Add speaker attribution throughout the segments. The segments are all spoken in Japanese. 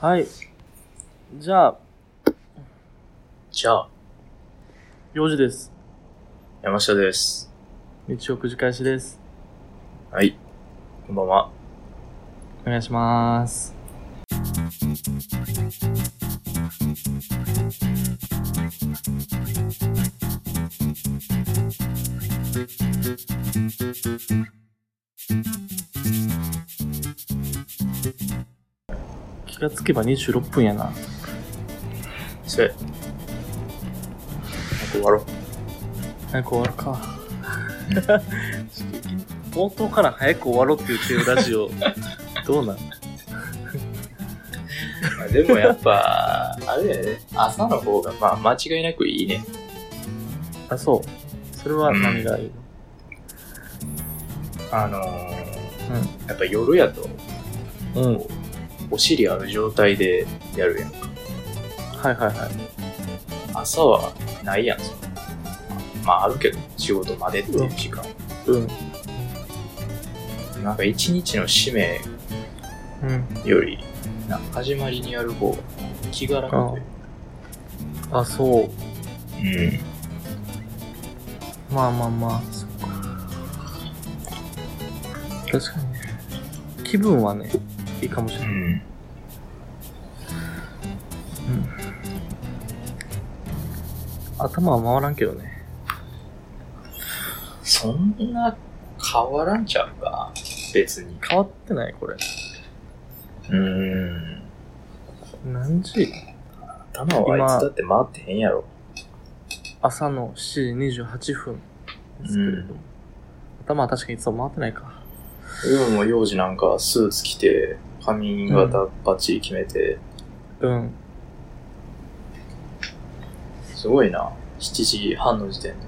Speaker 1: はい。じゃあ、
Speaker 2: じゃあ、
Speaker 1: 4時です。
Speaker 2: 山下です。
Speaker 1: 日曜くじ開始です。
Speaker 2: はい。こんばんは。
Speaker 1: お願いします。気がつけば26分やな。
Speaker 2: せ。なんか終わろう。
Speaker 1: 早く終わるか。ちょっと 冒頭から早く終わろうって言ってるラジオ、どうなん
Speaker 2: まあでもやっぱ、 あれだよね。朝の方が、まあ間違いなくいいね。
Speaker 1: あ、そう。それは何がいいの
Speaker 2: あのー、やっぱ夜やと、
Speaker 1: うん。うん。
Speaker 2: お尻ある状態でやるやん。
Speaker 1: はいはいはい。
Speaker 2: 朝はないやん、そんなまああるけど、仕事までっていう時間。
Speaker 1: うん。
Speaker 2: なんか一日の使命
Speaker 1: うん。
Speaker 2: より、なんか始まりにやる方が気が楽という
Speaker 1: あ、そう。
Speaker 2: うん。
Speaker 1: まあまあまあ、そっか。確かにね。気分はね、いいかもしれ
Speaker 2: う
Speaker 1: ない。
Speaker 2: ん。
Speaker 1: 頭は回らんけどね。
Speaker 2: そんな変わらんちゃうか、別に。
Speaker 1: 変わってないこれ。
Speaker 2: うーん。
Speaker 1: 何時
Speaker 2: 頭はあいつだって回ってへんやろ。
Speaker 1: 朝の7時28分ですけれども。頭は確かにいつも回ってないか。
Speaker 2: 俺も幼児なんかスーツ着て、髪型バッチリ決めて、
Speaker 1: うん。
Speaker 2: すごいな。7時半の時点で。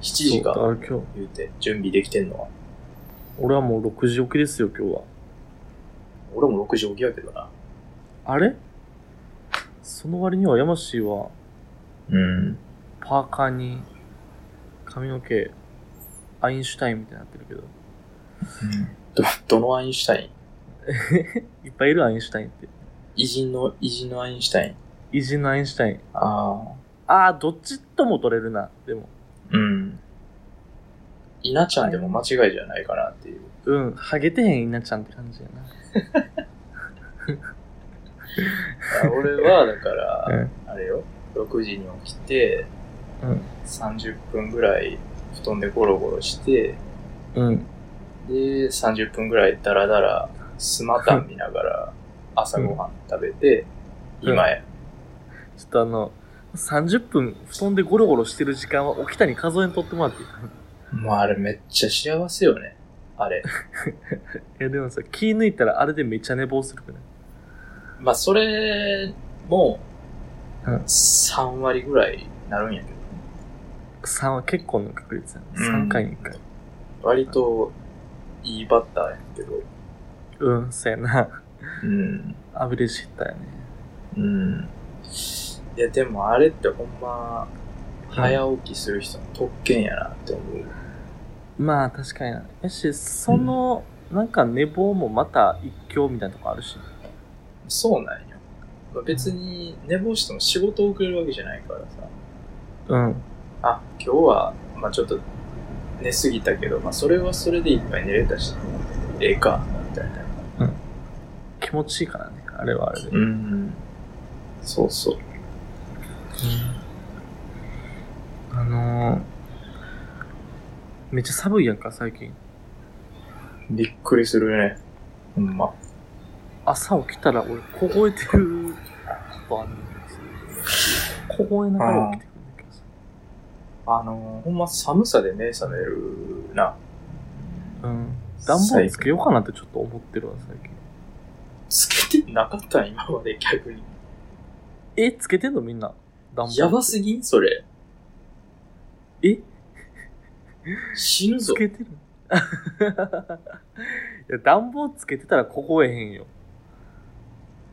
Speaker 2: 7時
Speaker 1: そう
Speaker 2: か
Speaker 1: だから今日、
Speaker 2: 言うて、準備できてんのは。
Speaker 1: 俺はもう6時起きですよ、今日は。
Speaker 2: 俺も6時起きやけどな。
Speaker 1: あれその割にはヤマシーは、
Speaker 2: うん。
Speaker 1: パーカーに、髪の毛、アインシュタインみたいになってるけど。
Speaker 2: ど、どのアインシュタイン
Speaker 1: いっぱいいるアインシュタインって。
Speaker 2: 偉人の、偉人のアインシュタイン。
Speaker 1: 偉人のアインシュタイン。
Speaker 2: ああ。
Speaker 1: ああ、どっちとも取れるな。でも、
Speaker 2: うん。稲ちゃんでも間違いじゃないかなって いう。
Speaker 1: うん、ハゲてへん稲ちゃんって感じや
Speaker 2: あ俺は、だから、
Speaker 1: な。うん。
Speaker 2: あれよ、6時に起きて、
Speaker 1: うん
Speaker 2: 30分ぐらい布団でゴロゴロして、
Speaker 1: うん。
Speaker 2: で、30分ぐらいダラダラスマタン見ながら朝ごはん食べて、
Speaker 1: うん
Speaker 2: 今や。
Speaker 1: ちょっとあの、30分布団でゴロゴロしてる時間は沖田に数えんとってもらっていい
Speaker 2: もうあれめっちゃ幸せよね。あれ。
Speaker 1: いやでもさ、気抜いたらあれでめっちゃ寝坊するくない
Speaker 2: まあそれも、
Speaker 1: うん
Speaker 2: 3割ぐらいなるんやけどね。
Speaker 1: ?3 は結構の確率や
Speaker 2: う
Speaker 1: な。3
Speaker 2: ん
Speaker 1: 回に1回。
Speaker 2: 割といいバッターやけど。
Speaker 1: うん、そうやな。
Speaker 2: うん。
Speaker 1: アベレージヒッターやね。
Speaker 2: うん。いや、でもあれってほんま、早起きする人の特権やなって思う。
Speaker 1: まあ確かにな。やし、その、なんか寝坊もまた一興みたいなとこあるし。
Speaker 2: そうなんよ。まあ別に寝坊しても仕事を遅れるわけじゃないからさ。
Speaker 1: うん。
Speaker 2: あ、今日は、まあちょっと寝すぎたけど、まあそれはそれでいっぱい寝れたし、ええか、みたいな。
Speaker 1: 気持ちいいからね。あれはあれで。
Speaker 2: うん。そうそう。
Speaker 1: あのー、めっちゃ寒いやんか、最近。
Speaker 2: びっくりするね。ほんま。
Speaker 1: 朝起きたら俺、凍えてることあるんですよ。凍えながら起きてくるんだけどさ。
Speaker 2: あのー、ほんま寒さで目覚めるな。
Speaker 1: うん。暖房つけようかなってちょっと思ってるわ、最近。
Speaker 2: つけてなかったん今まで逆に。
Speaker 1: え、つけてんのみんな。暖房。
Speaker 2: やばすぎんそれ。
Speaker 1: え
Speaker 2: 死ぬ
Speaker 1: つ
Speaker 2: ぞ。
Speaker 1: けてるいや、暖房つけてたら凍えへんよ。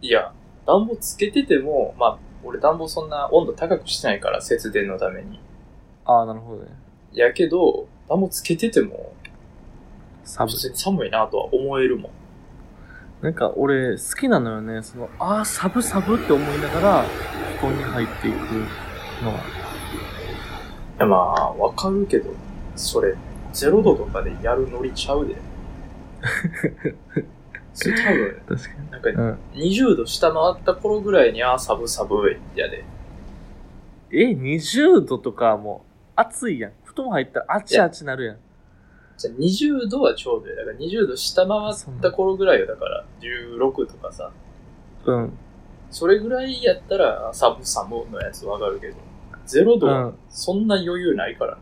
Speaker 2: いや、暖房つけてても、まあ、俺暖房そんな温度高くしてないから、節電のために。
Speaker 1: ああ、なるほどね。
Speaker 2: やけど、暖房つけてても、
Speaker 1: 寒い
Speaker 2: 普。通に寒いなとは思えるもん。
Speaker 1: なんか俺好きなのよね。その、あー、サブサブって思いながら、布団に入っていくのは。
Speaker 2: やまあ、わかるけど、それ、ゼロ度とかでやるノリちゃ うで。それ多分、
Speaker 1: 確かに。
Speaker 2: なんか
Speaker 1: うん。
Speaker 2: 20度下回った頃ぐらいに、あー、サブサブやで。
Speaker 1: え、20度とかもう暑いやん。布団入ったらあちあちなるやん。
Speaker 2: じゃあ20度はちょうどいい。だから20度下回った頃ぐらいよ。だから16とかさ。
Speaker 1: うん。
Speaker 2: それぐらいやったら、サブサブのやつわかるけど、0度
Speaker 1: う
Speaker 2: は
Speaker 1: ん。
Speaker 2: そんな余裕ないから、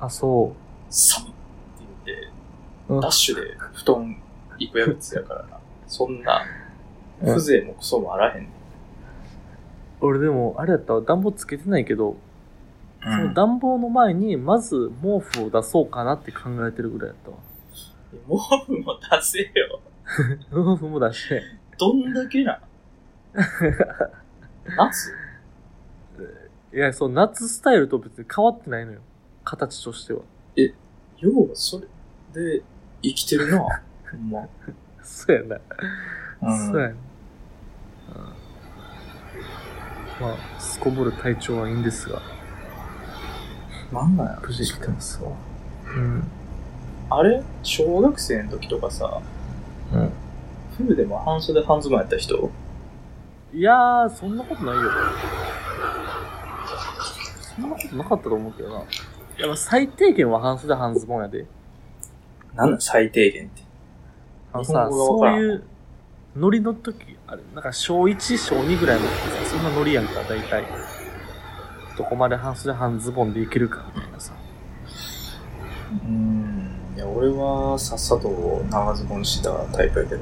Speaker 1: あ、そ
Speaker 2: サブって言って、
Speaker 1: う。うん
Speaker 2: ダッ。シュで布団行くやつやからな。そんな、
Speaker 1: うん
Speaker 2: 風情もクソもあらへんね。
Speaker 1: 俺でも、あれやったわ。暖房つけてないけど、その暖房の前に、まず毛布を出そうかなって考えてるぐらいやったわ。
Speaker 2: 毛布も出せよ。
Speaker 1: 毛布も出して。
Speaker 2: どんだ けな。夏
Speaker 1: いや、そう、夏スタイルと別に変わってないのよ。形としては。
Speaker 2: 要はそれで生きてるな。ほんま。
Speaker 1: そうやな。
Speaker 2: うん
Speaker 1: そうやな。うんまあ、すこぶる体調はいいんですが、
Speaker 2: なんなんやろ
Speaker 1: 無事生きてますわ。うん。
Speaker 2: あれ小学生の時とかさ、
Speaker 1: うん。
Speaker 2: 冬でも半袖半ズボンやった人
Speaker 1: いやー、そんなことないよ。そんなことなかったと思うけどな。いや、まあ最低限は半袖半ズボンやで。
Speaker 2: なんだ最低限って。
Speaker 1: あのさ、
Speaker 2: 日本語
Speaker 1: そ
Speaker 2: が
Speaker 1: う
Speaker 2: わからん
Speaker 1: いうノリの時、あれ、なんか小1、小2ぐらいの時さ、そんなノリやんか、大体。どこまで半袖半ズボンでいけるか、みたいなさ。
Speaker 2: うーん。いや、俺はさっさと長ズボンしたタイプやけど。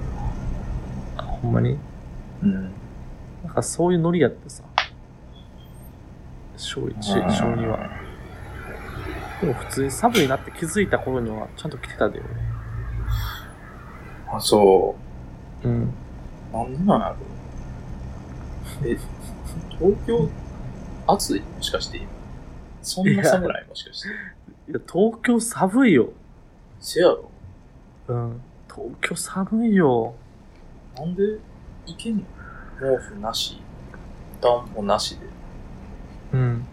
Speaker 1: あ、ほんまに
Speaker 2: うん。
Speaker 1: なんかそういうノリやってさ。小1、小2は。。でも普通に寒いなって気づいた頃にはちゃんと着てたでよね。
Speaker 2: あ、そ
Speaker 1: うん。
Speaker 2: う。なんでなんやろ。え、東京、暑いもしかして今。そんな寒ないもしかして。
Speaker 1: いや、東京寒いよ。
Speaker 2: せやろ。
Speaker 1: うん。東京寒いよ。
Speaker 2: なんで、いけんの毛布なし、暖房なしで。
Speaker 1: うん。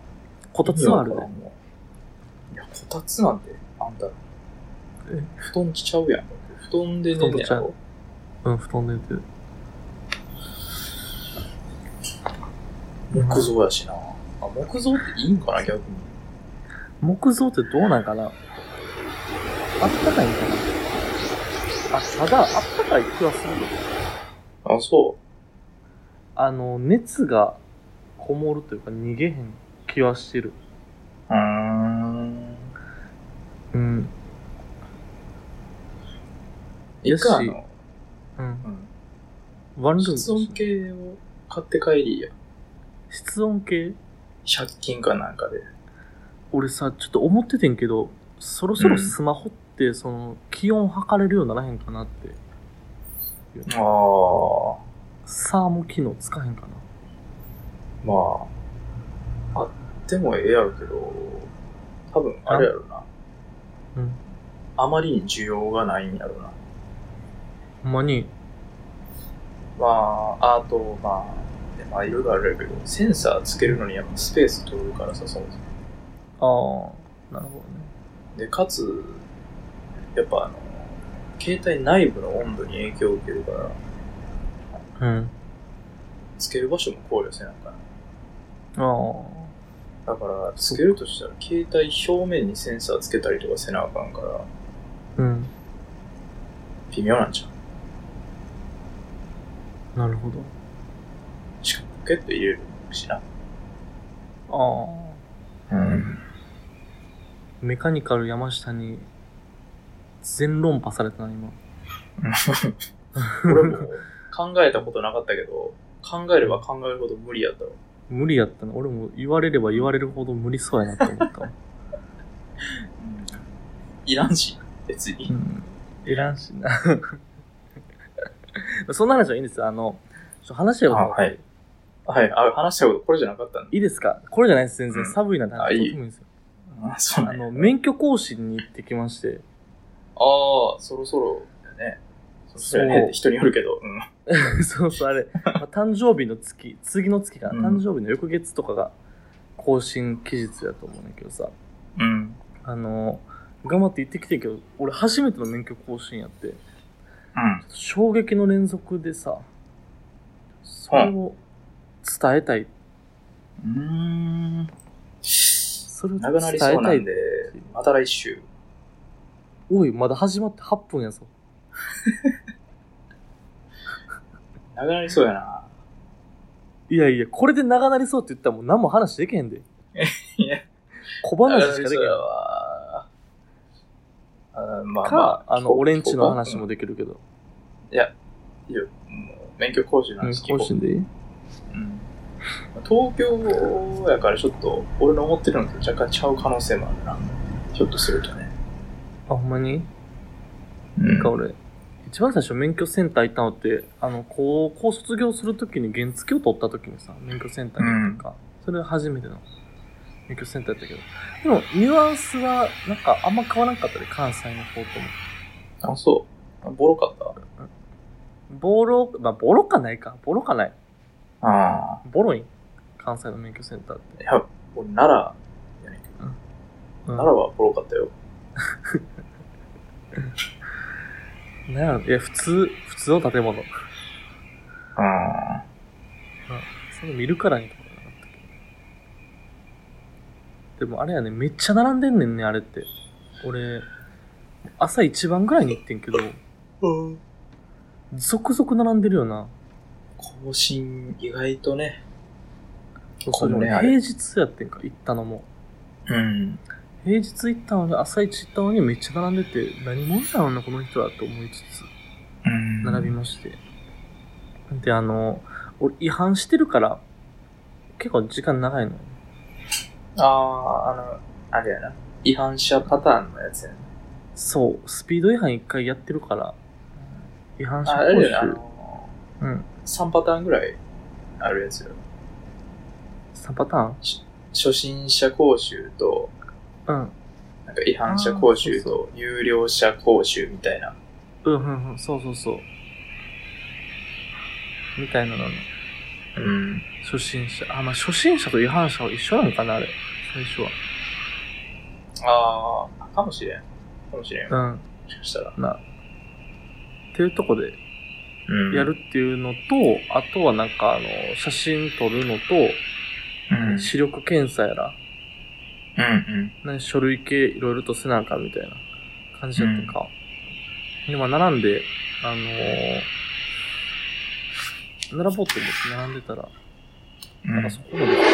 Speaker 1: こたつはある
Speaker 2: 意味わ
Speaker 1: ね
Speaker 2: か。んわいや、こたつなんて、あんた
Speaker 1: え、
Speaker 2: 布団着ちゃうやん。布団で寝んねや
Speaker 1: 布団
Speaker 2: ろ。
Speaker 1: うん、布団寝てる。
Speaker 2: 木造やしな。あ、木造っていいんかな、逆に。
Speaker 1: 木造ってどうなんかなあったかいんかなあ、ただ、あったかい気はするよ。
Speaker 2: あ、そ
Speaker 1: あの、熱がこもるというか逃げへん気はしてる。
Speaker 2: う。うーん。
Speaker 1: うん。
Speaker 2: いく
Speaker 1: よし
Speaker 2: あの、
Speaker 1: うん。
Speaker 2: うん。
Speaker 1: ワンルーム。
Speaker 2: 室温計を買って帰りや。
Speaker 1: 室温計
Speaker 2: 100均かなんかで。
Speaker 1: 俺さ、ちょっと思っててんけど、そろそろスマホって、その、気温測れるようにならへんかなって。
Speaker 2: ああ、
Speaker 1: サーモ機能つかへんかな
Speaker 2: まあ、あってもええやろけど、多分あれやろな。
Speaker 1: うん。
Speaker 2: あまりに需要がないんやろな。
Speaker 1: ほんまに。
Speaker 2: まあ、あと、まあ、でまあ、いろいろあるやけど、センサーつけるのにやっぱスペース取るからさ、そもそも。
Speaker 1: ああ、なるほ
Speaker 2: で、かつ、やっぱあの、携帯内部の温度に影響を受けるから、
Speaker 1: どね。
Speaker 2: つける場所も考慮せなあかん。
Speaker 1: うん。ああ。
Speaker 2: だから、つけるとしたら、携帯表面にセンサーつけたりとかせなあかんから、
Speaker 1: うん。
Speaker 2: 微妙なんちゃう
Speaker 1: なるほど。
Speaker 2: しかもポケット入れるしな。
Speaker 1: ああ。
Speaker 2: うん。
Speaker 1: メカニカル山下に全論破されたな、今。
Speaker 2: 俺も考えたことなかったけど、考えれば考えるほど無理やったわ。
Speaker 1: 無理やったな。俺も言われれば言われるほど無理そうやなって思 ったわ。
Speaker 2: いらんし、別に。
Speaker 1: ん。いらんしな。 そんな話はいいんですよ。あの、ちょ話し合うことが
Speaker 2: あはいはい、あ、話したことこれじゃなかったんだ。
Speaker 1: いいですかこれじゃないです、全然。
Speaker 2: うん
Speaker 1: 寒いなんて
Speaker 2: あ
Speaker 1: 話
Speaker 2: いい
Speaker 1: どうでもいいんですよ。
Speaker 2: あ、そう
Speaker 1: あ
Speaker 2: なんや
Speaker 1: の、免許更新に行ってきまして。
Speaker 2: ああ、そろそろだね。それはね、人によるけど。うん。
Speaker 1: そうそう、あ れ、まあ、誕生日の月、次の月かな、
Speaker 2: うん
Speaker 1: 誕生日の翌月とかが更新期日だと思うんだけどさ、
Speaker 2: うん。
Speaker 1: あの、頑張って行ってきてんけど、俺初めての免許更新やって、
Speaker 2: うん。
Speaker 1: 衝撃の連続でさ、それを伝えたい、
Speaker 2: うーん。
Speaker 1: それを伝
Speaker 2: 長なりそう
Speaker 1: え
Speaker 2: な
Speaker 1: た
Speaker 2: ん
Speaker 1: い
Speaker 2: で。、また来週。
Speaker 1: おい、まだ始まって8分やぞ。
Speaker 2: 長なりそうやな。
Speaker 1: いやいや、これで長なりそうって言ったらもう何も話できへんで。
Speaker 2: いや、
Speaker 1: 小話しかできへん
Speaker 2: そうや。わ。あまあま
Speaker 1: か、
Speaker 2: あ、
Speaker 1: あの、俺んちの話
Speaker 2: も
Speaker 1: もできるけど。
Speaker 2: いや、もう免許講習の
Speaker 1: うん
Speaker 2: 話聞
Speaker 1: 更
Speaker 2: こう。
Speaker 1: 新でいい
Speaker 2: うん、東京やからちょっと、俺の思ってるのと若干ちゃう可能性もあるな。ひょっとするとね。
Speaker 1: あ、ほんまに
Speaker 2: うん
Speaker 1: か俺、一番最初免許センター行ったのって、あの、高校卒業するときに原付を取ったときにさ、免許センターに行ったか、それが初めての免許センターやったけど。でも、ニュアンスは、なんか、あんま変わらんかったで、関西の方とも。
Speaker 2: あ、そう。ボロかっ
Speaker 1: ボロ、まあ、ボロかないか。ボロかない。
Speaker 2: たああ。
Speaker 1: ボロいん関西の免許センターって。
Speaker 2: いや、俺奈良やねんけ
Speaker 1: う
Speaker 2: ど、
Speaker 1: ん
Speaker 2: 奈良はボロかったよ。
Speaker 1: なんやろいや、普通、普通の建物。
Speaker 2: ああ。
Speaker 1: それ見るからにとかなかったけど。でもあれやね、めっちゃ並んでんねんね、あれって。俺、朝一番ぐらいに行ってんけど、
Speaker 2: うん。
Speaker 1: 続々並んでるよな。
Speaker 2: 更新、意外とね。
Speaker 1: それも
Speaker 2: ね、あ
Speaker 1: 平
Speaker 2: れ。
Speaker 1: 日やってんか、行ったのも。
Speaker 2: うん。
Speaker 1: 平日行ったのに、朝一行ったのにめっちゃ並んでて、何者だろうな、この人はと思いつつ、
Speaker 2: うん
Speaker 1: 並びまして。で、あの、俺違反してるから、結構時間長いのよ。
Speaker 2: ああ、あの、あれやな。違反者パターンのやつやな。
Speaker 1: そう、スピード違反一回やってるから、違反者
Speaker 2: ああ
Speaker 1: 講
Speaker 2: れやな。あ
Speaker 1: 習、
Speaker 2: の
Speaker 1: うん、
Speaker 2: 3パターンぐらいあるやつよ。
Speaker 1: 3パターン
Speaker 2: 初心者講習と、
Speaker 1: うん。
Speaker 2: なんか違反者講習
Speaker 1: あー
Speaker 2: と、有料者講習みたいな。
Speaker 1: うん、うん、うん、そうそうそう。みたいなのね。
Speaker 2: うん。
Speaker 1: 初心者。あ、まあ、初心者と違反者は一緒なのかな、あれ。最初
Speaker 2: ああ、かもしれん。かもしれん。も
Speaker 1: は。
Speaker 2: しかしたら。
Speaker 1: うん、な。っていうとこで
Speaker 2: うん
Speaker 1: やるっていうのと、あとはなんかあの、写真撮るのと、
Speaker 2: うん。うん
Speaker 1: 視力検査やら、
Speaker 2: うん。
Speaker 1: ね、書類系いろいろとせなあかんみたいな感じだったか。で、まあ、並んで、あのー、並ぼうと思って並んでたら、
Speaker 2: うん
Speaker 1: なんかそこまで違います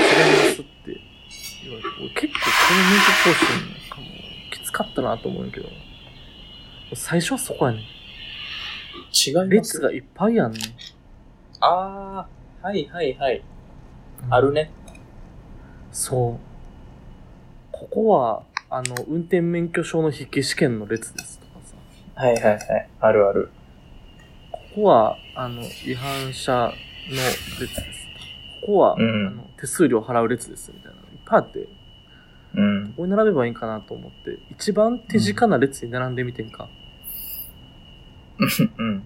Speaker 1: って言われて、俺結構この免許更新なんかもうきつかったなと思うんやけど、最初はそこやねん。
Speaker 2: 違います
Speaker 1: 列がいっぱいやんね。
Speaker 2: ああ、はいはいはい。ある。ね。
Speaker 1: そう。ここは、あの、運転免許証の筆記試験の列ですとかさ。
Speaker 2: はいはいはい。あるある。
Speaker 1: ここは、あの、違反者の列です。ここは、
Speaker 2: うん
Speaker 1: あの手数料払う列です、みたいな。いっぱいあって、こ
Speaker 2: うん。
Speaker 1: こに並べばいいんかなと思って、一番手近な列に並んでみてんか。
Speaker 2: うん。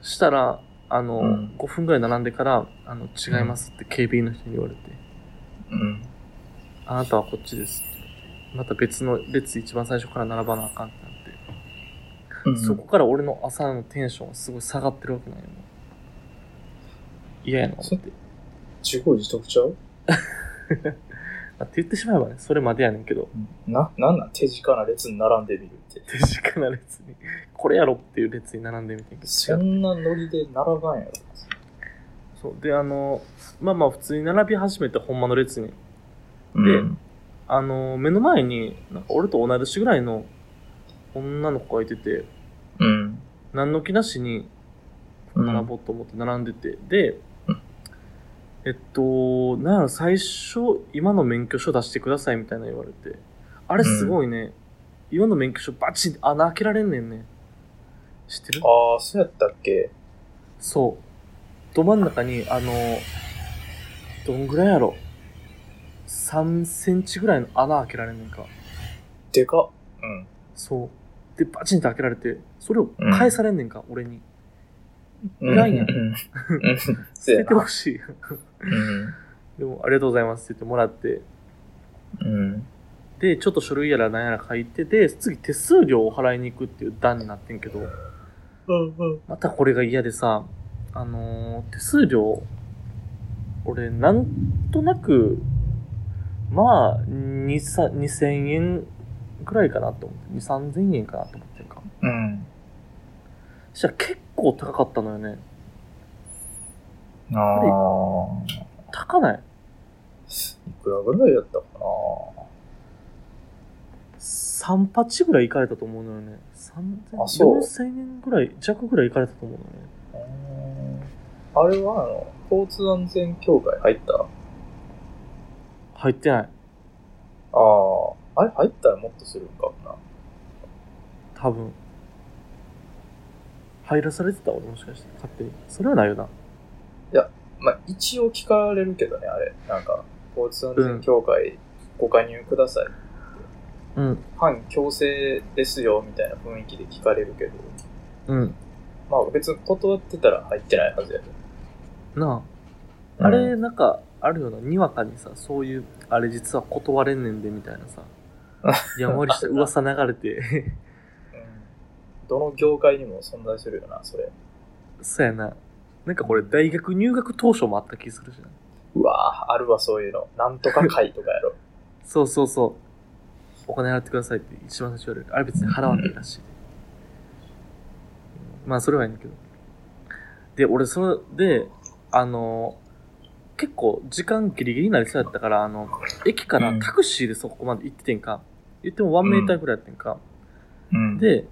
Speaker 1: したら、あの、
Speaker 2: うん
Speaker 1: 5分ぐらい並んでから、あの、違いますって警備員の人に言われて、
Speaker 2: うん。
Speaker 1: あなたはこっちですって言われて。また別の列一番最初から並ばなあかんってなって。
Speaker 2: うん
Speaker 1: そこから俺の朝のテンションがすごい下がってるわけなんよ。もう嫌やな、思って。
Speaker 2: 自業自得ちゃう
Speaker 1: あって言ってしまえばね、それまでやねんけど、
Speaker 2: な、なんなん手近な列に並んでみるって。
Speaker 1: 手近な列に、これやろっていう列に並んでみてんけど。
Speaker 2: そんなノリで並ばんやろ。
Speaker 1: そう。で、あの、まあまあ普通に並び始めて、ほんまの列に。
Speaker 2: で
Speaker 1: あの、目の前に、なんか俺と同い年ぐらいの女の子がいてて、
Speaker 2: うん。
Speaker 1: 何の気なしに
Speaker 2: うん
Speaker 1: 並ぼうと思って並んでて、で
Speaker 2: うん、
Speaker 1: えっと、なんやろ、最初、今の免許証出してくださいみたいな言われて、あれすごいね、今の免許証バチン穴開けられんねんね。知ってる
Speaker 2: ああ、そうやったっけ
Speaker 1: そう。ど真ん中に、あの、どんぐらいやろ。3センチぐらいの穴開けられんねんか。
Speaker 2: でかっ。うん。
Speaker 1: そう。で、バチンって開けられて、それを返されんねんか、俺に。いらんやん
Speaker 2: うん。うんそ
Speaker 1: 捨
Speaker 2: う
Speaker 1: て
Speaker 2: や
Speaker 1: て
Speaker 2: な
Speaker 1: ほしい。
Speaker 2: うん。
Speaker 1: でも、ありがとうございますって言ってもらって、
Speaker 2: うん。
Speaker 1: で、ちょっと書類やら何やら書いて、で、次手数料を払いに行くっていう段になってんけど、またこれが嫌でさ、あのー手数料、俺、なんとなく、まあ、2、さ2000円くらいかなと思って、2、3000円かなと思ってるか。
Speaker 2: うん。
Speaker 1: そしたら結構高かったのよね。
Speaker 2: ああ。
Speaker 1: 高ない
Speaker 2: いくらぐらいやったかな
Speaker 1: ?3 パチぐらい行かれたと思うのよね。
Speaker 2: あそう
Speaker 1: 3000、4000円ぐらい、弱ぐらい行かれたと思うのよね。
Speaker 2: うーんあれは、あの、交通安全協会入ったあ
Speaker 1: 入ってない。
Speaker 2: あ。あれ入ったらもっとするんかもな。
Speaker 1: 多分。入らされてた俺もしかして、勝手に。それはないよな。
Speaker 2: まあ、一応聞かれるけどね、あれ。なんか、交通安全協会ご加入ください。
Speaker 1: うん。
Speaker 2: 反強制ですよ、みたいな雰囲気で聞かれるけど。
Speaker 1: うん。
Speaker 2: まあ、別に断ってたら入ってないはずやで。
Speaker 1: なあ。あれ、なんか、あるよな。にわかにさ、そういう、あれ実は断れんねんで、みたいなさ。やんわりした噂流れて。
Speaker 2: うんどの業界にも存在するよな、それ。
Speaker 1: そうやな。なんかこれ、大学入学当初もあった気するしな。
Speaker 2: うわぁ、あるわ、そういうの。なんとか会とか やろ。
Speaker 1: そうそうそう。お金払ってくださいって一番最初言われる。あれ別に払わないらしい。まあ、それはいいんだけど。で、俺、それで、あの、結構時間ギリギリになりそうやったから、あの、駅からタクシーでそこまで行っててんか。言っても1メーターぐらいやってんか。
Speaker 2: うん、
Speaker 1: で、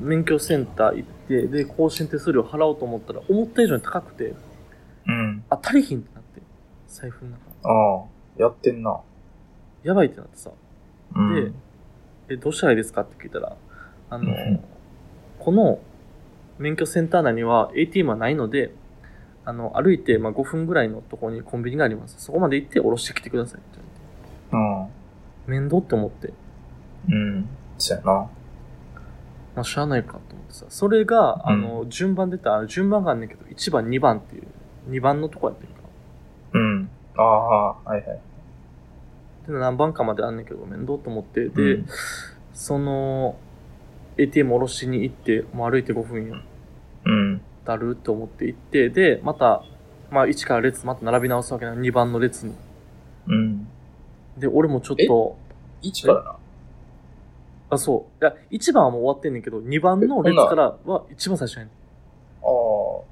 Speaker 1: 免許センター行って、で、更新手数料払おうと思ったら、思った以上に高くて、
Speaker 2: うん。
Speaker 1: あ、足りひんってなって、財布の中。
Speaker 2: ああ、やってんな。
Speaker 1: やばいってなってさ。
Speaker 2: うん、
Speaker 1: でえ、どうしたらいいですかって聞いたら、あの、
Speaker 2: うん
Speaker 1: この免許センター内には ATM はないので、あの、歩いて、まあ、5分ぐらいのところにコンビニがあります。そこまで行って降ろしてきてくださいって言われて。
Speaker 2: う
Speaker 1: 面
Speaker 2: ん。
Speaker 1: 倒って思って、
Speaker 2: うん。そうやな。
Speaker 1: まあ、しゃあないかと思ってさ。それが、あの、順番出た、あの順番があんねんけど、1番、2番っていう、2番のとこやってるから。
Speaker 2: うん。ああ、はいはい。
Speaker 1: で、何番かまであんねんけど、面倒と思って、で、
Speaker 2: うん
Speaker 1: その、ATM 降ろしに行って、もう歩いて5分よ。
Speaker 2: うん。
Speaker 1: だるって思って行って、で、また、まあ、1から列、また並び直すわけなの、2番の列に。
Speaker 2: うん。
Speaker 1: で、俺もちょっと、
Speaker 2: 1からな。
Speaker 1: あ、そう。いや、1番はもう終わってんねんけど、2番の列からは一番最初やねん。
Speaker 2: あ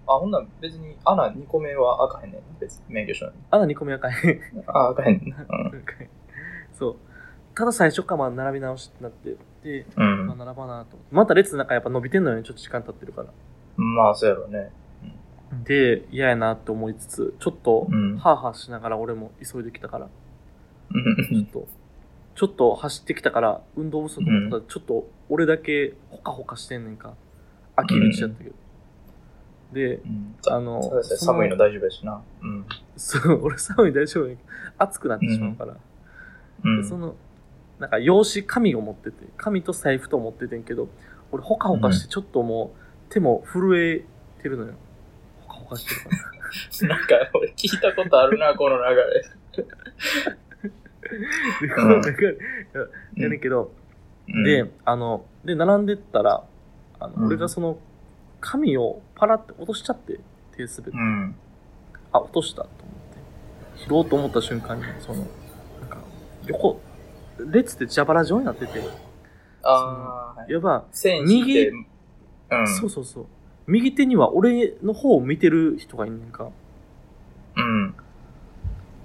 Speaker 2: あ、あ、ほんなら別に、アナ2個目は赤へんねん。別に、免許証に。
Speaker 1: あ、2個目 赤い。
Speaker 2: ああ、赤へんねん。うん
Speaker 1: そう。ただ最初からまあ並び直しってなって、で、。
Speaker 2: う
Speaker 1: まあ、並
Speaker 2: ん
Speaker 1: ばなと思って。また列の中やっぱ伸びてんのよね、ちょっと時間経ってるから。
Speaker 2: まあ、そうやろうね。
Speaker 1: で、嫌やなって思いつつ、ちょっと
Speaker 2: う、ん。
Speaker 1: ハーハーしながら俺も急いできたから、
Speaker 2: う
Speaker 1: ちょっ
Speaker 2: ん
Speaker 1: と、ちょっと走ってきたから、運動不足もただ、ちょっと俺だけほかほかしてんねんか。秋口やったけど。で、
Speaker 2: うん
Speaker 1: あの
Speaker 2: そうですね
Speaker 1: その
Speaker 2: 寒いの大丈夫やしな。うん。
Speaker 1: そう、俺寒い大丈夫やけど暑くなってしまうから。
Speaker 2: う
Speaker 1: で
Speaker 2: ん。
Speaker 1: その、なんか用紙、紙を持ってて、紙と財布と持っててんけど、俺ほかほかしてちょっともう手も震えてるのよ。ほかほかしてるから。
Speaker 2: なんか、俺聞いたことあ るな、この流れ。
Speaker 1: で この中で
Speaker 2: うん
Speaker 1: やねんけど、
Speaker 2: うん
Speaker 1: で、、あの、で、並んでったら、あの、
Speaker 2: うん
Speaker 1: 俺がその、紙をパラって落としちゃって、手滑って
Speaker 2: う。ん。
Speaker 1: あ、落としたと思って。拾おうと思った瞬間に、その、なんか、横、列で蛇腹状になってて、
Speaker 2: ああ、
Speaker 1: やば、
Speaker 2: 線引いて、
Speaker 1: 右
Speaker 2: うん。
Speaker 1: そうそうそう。右手には俺の方を見てる人がいんねんか。
Speaker 2: うん。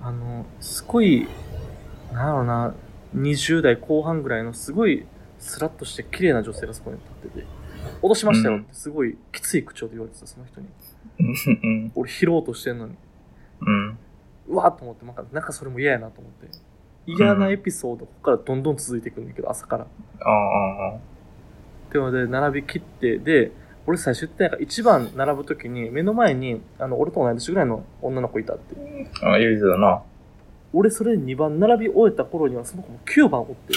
Speaker 1: あの、すごい、なんやろな、20代後半ぐらいのすごいスラッとして綺麗な女性がそこに立ってて、落としましたよってすごいきつい口調で言われてた、その人に。
Speaker 2: うん。
Speaker 1: 俺拾おうとしてんのに、
Speaker 2: うん。
Speaker 1: うわーと思って、なんかなんかそれも嫌やなと思って。嫌なエピソード、ここからどんどん続いていくんだけど、朝から。
Speaker 2: あ
Speaker 1: っ
Speaker 2: あ、
Speaker 1: てので、並び切って、で、俺最初言ってなんか一番並ぶときに、目の前に、あの、俺と同い年ぐらいの女の子いたって。
Speaker 2: ああ、言うてたな。
Speaker 1: 俺それで2番並び終えた頃には、その子も9番おって、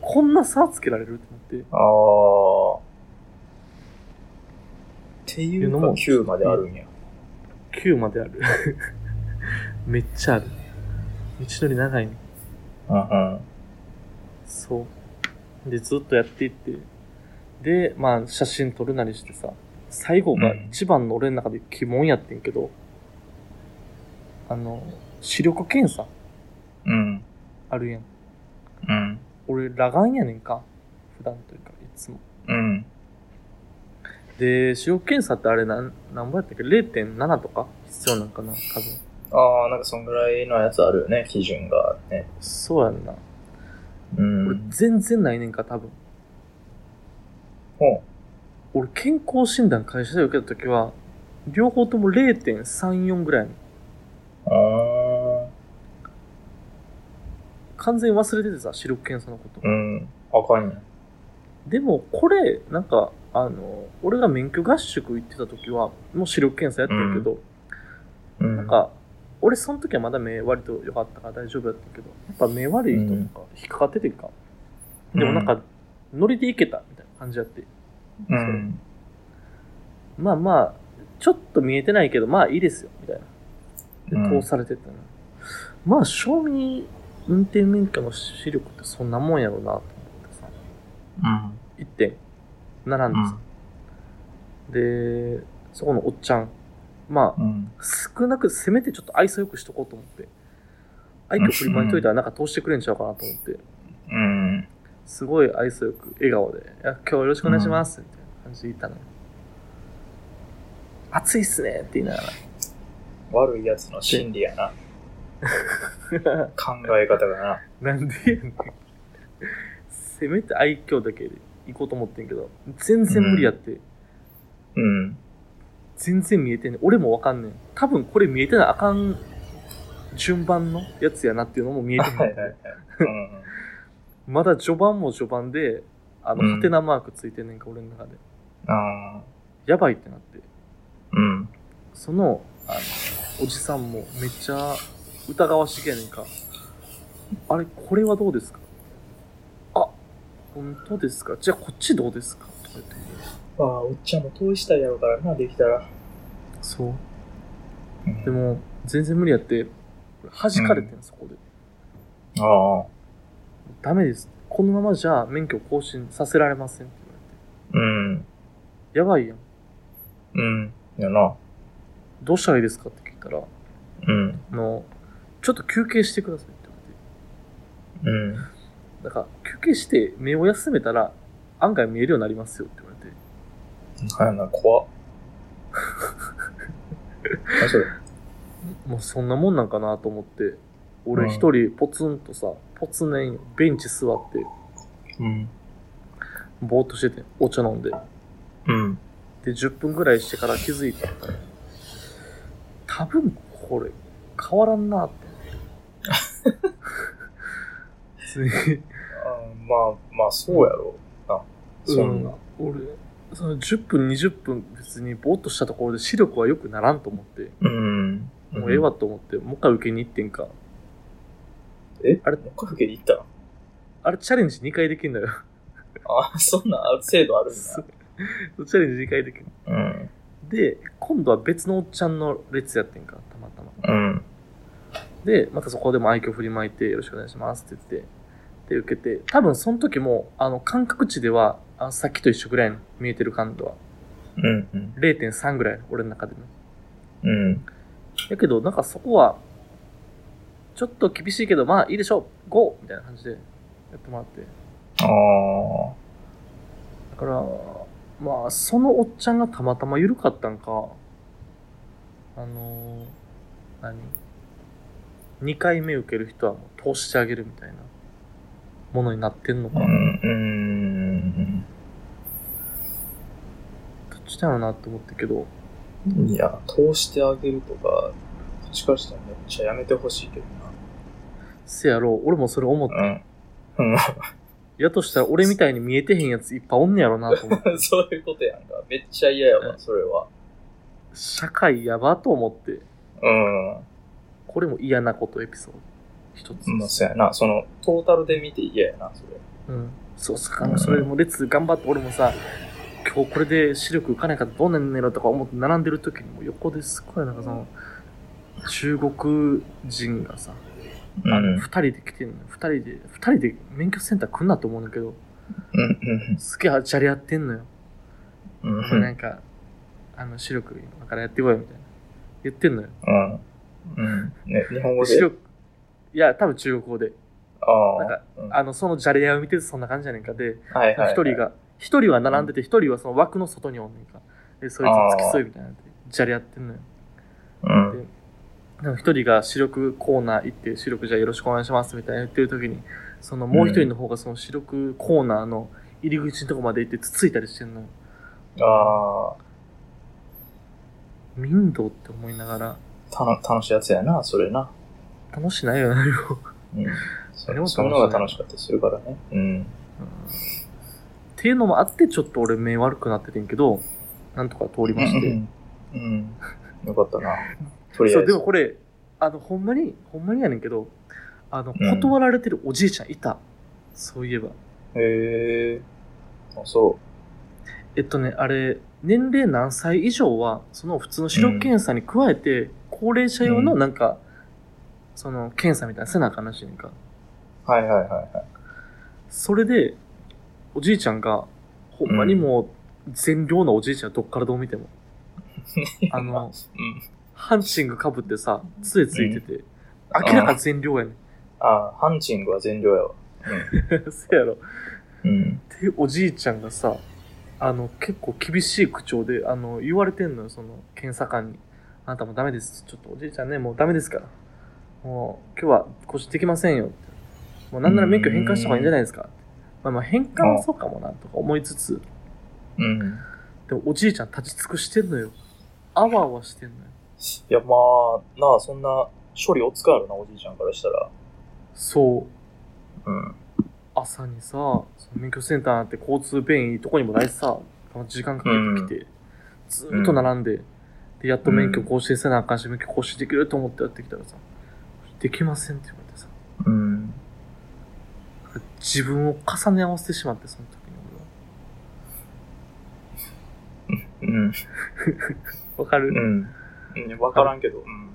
Speaker 1: こんな差つけられるって思って、
Speaker 2: ああ。ていう
Speaker 1: の
Speaker 2: の
Speaker 1: も
Speaker 2: も9まであるんや。
Speaker 1: 9まである。 めっちゃある。道のり長いね。
Speaker 2: うんうん。
Speaker 1: そう。で、ずっとやっていって。で、まあ、写真撮るなりしてさ、最後が
Speaker 2: うん
Speaker 1: 一番の俺の中で鬼門やってんけど、あの、視力検査
Speaker 2: うん。
Speaker 1: あるやん。
Speaker 2: うん。
Speaker 1: 俺、裸眼やねんか。普段というか、いつも。
Speaker 2: うん。
Speaker 1: で、視力検査ってあれなん、なんぼやったっけ ?0.7 とか必要なんかな多分。
Speaker 2: ああ、なんかそんぐらいのやつあるよね、基準がね。
Speaker 1: そうやんな。
Speaker 2: う
Speaker 1: 俺
Speaker 2: ん。
Speaker 1: 全然ないねんか、多分。
Speaker 2: ほ
Speaker 1: 俺健康診断会社で受けた時は、両方とも0.34ぐらいやねん
Speaker 2: う。あ
Speaker 1: 完全に忘れててさ、視力検査のこと
Speaker 2: ー。。うん。あかんやん。
Speaker 1: でも、これ、なんか、あの、俺が免許合宿行ってた時は、もう視力検査やってるけど、
Speaker 2: うん。
Speaker 1: なんか、俺その時はまだ目割と良かったから大丈夫やったけど、やっぱ目悪い人とか引っかかっててんか。
Speaker 2: うん
Speaker 1: でもなんか、ノリで行けたみたいな感じやって。
Speaker 2: うん。
Speaker 1: まあまあ、ちょっと見えてないけど、まあいいですよ、みたいな。
Speaker 2: う
Speaker 1: で、
Speaker 2: ん
Speaker 1: 通されてったな。まあ、賞味運転免許の視力ってそんなもんやろうな、と思ってさ。
Speaker 2: うん。
Speaker 1: 一点、並んでさ。で、そこのおっちゃん。まあ、
Speaker 2: うん。
Speaker 1: 少なく、せめてちょっと愛想よくしとこうと思って。愛嬌振りまいといたらなんか通してくれんちゃうかなと思って。
Speaker 2: うん。
Speaker 1: すごい愛想よく、笑顔で、いや、今日はよろしくお願いします、みたいな感じで言ったのよ。暑いっすねって言いながら。
Speaker 2: 悪いやつの心理やな。考え方が な。
Speaker 1: なんでやねん。せめて愛嬌だけで行こうと思ってんけど、全然無理やって、
Speaker 2: うん。
Speaker 1: 全然見えてんねん。俺もわかんねん。多分これ見えてないあかん順番のやつやなっていうのも見えて
Speaker 2: はい
Speaker 1: な
Speaker 2: はい
Speaker 1: い
Speaker 2: は。い。うん。
Speaker 1: まだ序盤も序盤で、あ
Speaker 2: う
Speaker 1: の、
Speaker 2: ん
Speaker 1: ハテナマークついてんねんか、俺の中で。
Speaker 2: ああ。
Speaker 1: やばいってなって。
Speaker 2: うん。
Speaker 1: その、あの、おじさんもめっちゃ疑わしげやねんか。あれ、これはどうですかあ、本当ですかじゃあこっちどうですかとか言って。
Speaker 2: ああ、おっちゃんも通したいやろからな、できたら。
Speaker 1: そう。
Speaker 2: うん
Speaker 1: で。も、全然無理やって、弾かれてん、そこで。
Speaker 2: ああ。
Speaker 1: ダメです。このままじゃ免許更新させられませんって言わ
Speaker 2: うん。
Speaker 1: れて。やばいやん。
Speaker 2: うん。やな。
Speaker 1: どうしたらいいですかって聞いたら、あ
Speaker 2: うん。
Speaker 1: の、ちょっと休憩してくださいって言われ
Speaker 2: うん。
Speaker 1: て。だから、休憩して目を休めたら、案外見えるようになりますよって言われて。
Speaker 2: あやな、怖っ。 あ、それ。
Speaker 1: もうそんなもんなんかなと思って、俺
Speaker 2: うん
Speaker 1: 一人ポツンとさ、ポツネンベンチ座って、
Speaker 2: うん。
Speaker 1: ぼーっとしてて、お茶飲んで。
Speaker 2: うん。
Speaker 1: で、10分ぐらいしてから気づいた。多分これ、変わらん なって。普通に
Speaker 2: まあ、まあ、そうやろうな。そんな。
Speaker 1: 俺、その10分、20分別にぼーっとしたところで視力は良くならんと思って、
Speaker 2: うん。
Speaker 1: もうええわと思って、もう一回受けに行ってんか。
Speaker 2: え
Speaker 1: あれ
Speaker 2: もう一回受けに行ったら
Speaker 1: あれチャレンジ2回できんのよ。
Speaker 2: あ、そんな、ある制度ある ん
Speaker 1: そ
Speaker 2: だ。
Speaker 1: うチャレンジ2回できん
Speaker 2: うん。
Speaker 1: で、今度は別のおっちゃんの列やってんか、たまたま。
Speaker 2: うん。
Speaker 1: で、またそこでも愛嬌振りまいて、よろしくお願いしますって言って、で、受けて、多分その時も、あの、感覚値では、あさっきと一緒ぐらいの見えてる感度は、
Speaker 2: うん。うん
Speaker 1: 0.3ぐらい、俺の中でね。
Speaker 2: うん。
Speaker 1: やけど、なんかそこは、ちょっと厳しいけど、まあいいでしょう、GO! みたいな感じでやってもらって。
Speaker 2: ああ。
Speaker 1: だから、まあ、そのおっちゃんがたまたま緩かったんか、あのー何 ?2 回目受ける人はもう通してあげるみたいなものになってんのか。
Speaker 2: うん。うん。
Speaker 1: どっちだろうなって思ったけど、
Speaker 2: いや、通してあげるとか、こっちからしたらめっちゃやめてほしいけど
Speaker 1: せやろう、俺もそれ思った。
Speaker 2: な。うん。
Speaker 1: やとしたら俺みたいに見えてへんやついっぱいおんねやろなと思って。
Speaker 2: うん そういうことやんか。めっちゃ嫌やわ、それは。
Speaker 1: 社会やばと思って、
Speaker 2: う
Speaker 1: これも嫌なことエピソード。一つ。
Speaker 2: ん。まあ、そうやな。その、トータルで見て嫌やな、それ。
Speaker 1: うん。そうそう、あのそれも列頑張って俺もさ、今今日これで視力浮かないからどうなんねやろとか思って並んでる時にもう横ですごいなんかその、中国人がさ、
Speaker 2: うん。
Speaker 1: あ
Speaker 2: うん
Speaker 1: の、二人で来てんのよ。二人で、二人で免許センター来んなと思うんだけど、
Speaker 2: うん
Speaker 1: すげえじゃれ合ってんのよ。
Speaker 2: うん。
Speaker 1: お前なんか、あの、視力今からやってこいよみたいな。言ってんのよ。
Speaker 2: うん。うん。ね、日本語で
Speaker 1: 視。力、いや、多分中国語で。
Speaker 2: あ
Speaker 1: なん
Speaker 2: あ
Speaker 1: か。
Speaker 2: うん
Speaker 1: あの、そのじゃれ合いを見ててそんな感じやねんかで、
Speaker 2: はいはい。
Speaker 1: 一人。が、一人は並んでて、一人はその枠の外におんねんか。で、そいつ付き添いみたいなんで、じゃれ合ってんのよ。
Speaker 2: うん。
Speaker 1: でも一人が視力コーナー行って、視力じゃあよろしくお願いしますみたいな言ってる時に、そのもう一人の方がその視力コーナーの入り口のとこまで行ってつついたりしてんのよ。
Speaker 2: あ
Speaker 1: 民度って思いながら、
Speaker 2: あ、たの、楽しいやつやな、それな。
Speaker 1: 楽しないよな、よ。
Speaker 2: うん。そ
Speaker 1: あれも楽しい
Speaker 2: その方が楽しかったりするからね。うん。
Speaker 1: うんっていうのもあって、ちょっと俺目悪くなっててんけど、なんとか通りまして。
Speaker 2: うん。うん。よかったな。とりあ
Speaker 1: そ
Speaker 2: え
Speaker 1: う、でも
Speaker 2: ず。
Speaker 1: これ、あの、ほんまに、ほんまにやねんけど、あの、
Speaker 2: うん
Speaker 1: 断られてるおじいちゃんいた。そういえば。
Speaker 2: へえ。あ、そ
Speaker 1: えっとね、あれ、年齢何歳以上は、その普通の視力検査に加えて、高齢者用のなんか、その検査みたいなせなあかんらしいねんか。
Speaker 2: う。はいはいはいはい。
Speaker 1: それで、おじいちゃんが、ほんまにもう、善良なおじいちゃんどっからどう見ても。あの、
Speaker 2: うん。
Speaker 1: ハンチングかぶってさ、杖ついてて、明らか善良やねん。
Speaker 2: ああ、ハンチングは全量やわ。
Speaker 1: そうやろ。
Speaker 2: うん。
Speaker 1: で、おじいちゃんがさ、あの、結構厳しい口調で、あの、言われてんのよ、その、検査官に。あなたもうダメです。ちょっとおじいちゃんね、もうダメですから。もう、今日は腰できませんよって。もうなんなら免許返還した方がいいんじゃないですか。まあまあ返還はそうかもな、とか思いつつ、
Speaker 2: うん。
Speaker 1: でもおじいちゃん立ち尽くしてんのよ。あわあわしてんのよ。
Speaker 2: いや、まあ、なあ、そんな、処理おつかやろな、おじいちゃんからしたら。
Speaker 1: そう。
Speaker 2: うん。
Speaker 1: 朝にさ、その免許センターなんて交通便いいとこにもないしさ、時間かけてきて、ずーっと並んで、で、やっと免許更新せなあかんし、免許更新できると思ってやってきたらさ、できませんって言われてさ、
Speaker 2: うん。
Speaker 1: 自分を重ね合わせてしまって、その時に俺は。
Speaker 2: うん。
Speaker 1: わかる、
Speaker 2: うん。うん。わからんけど、うん。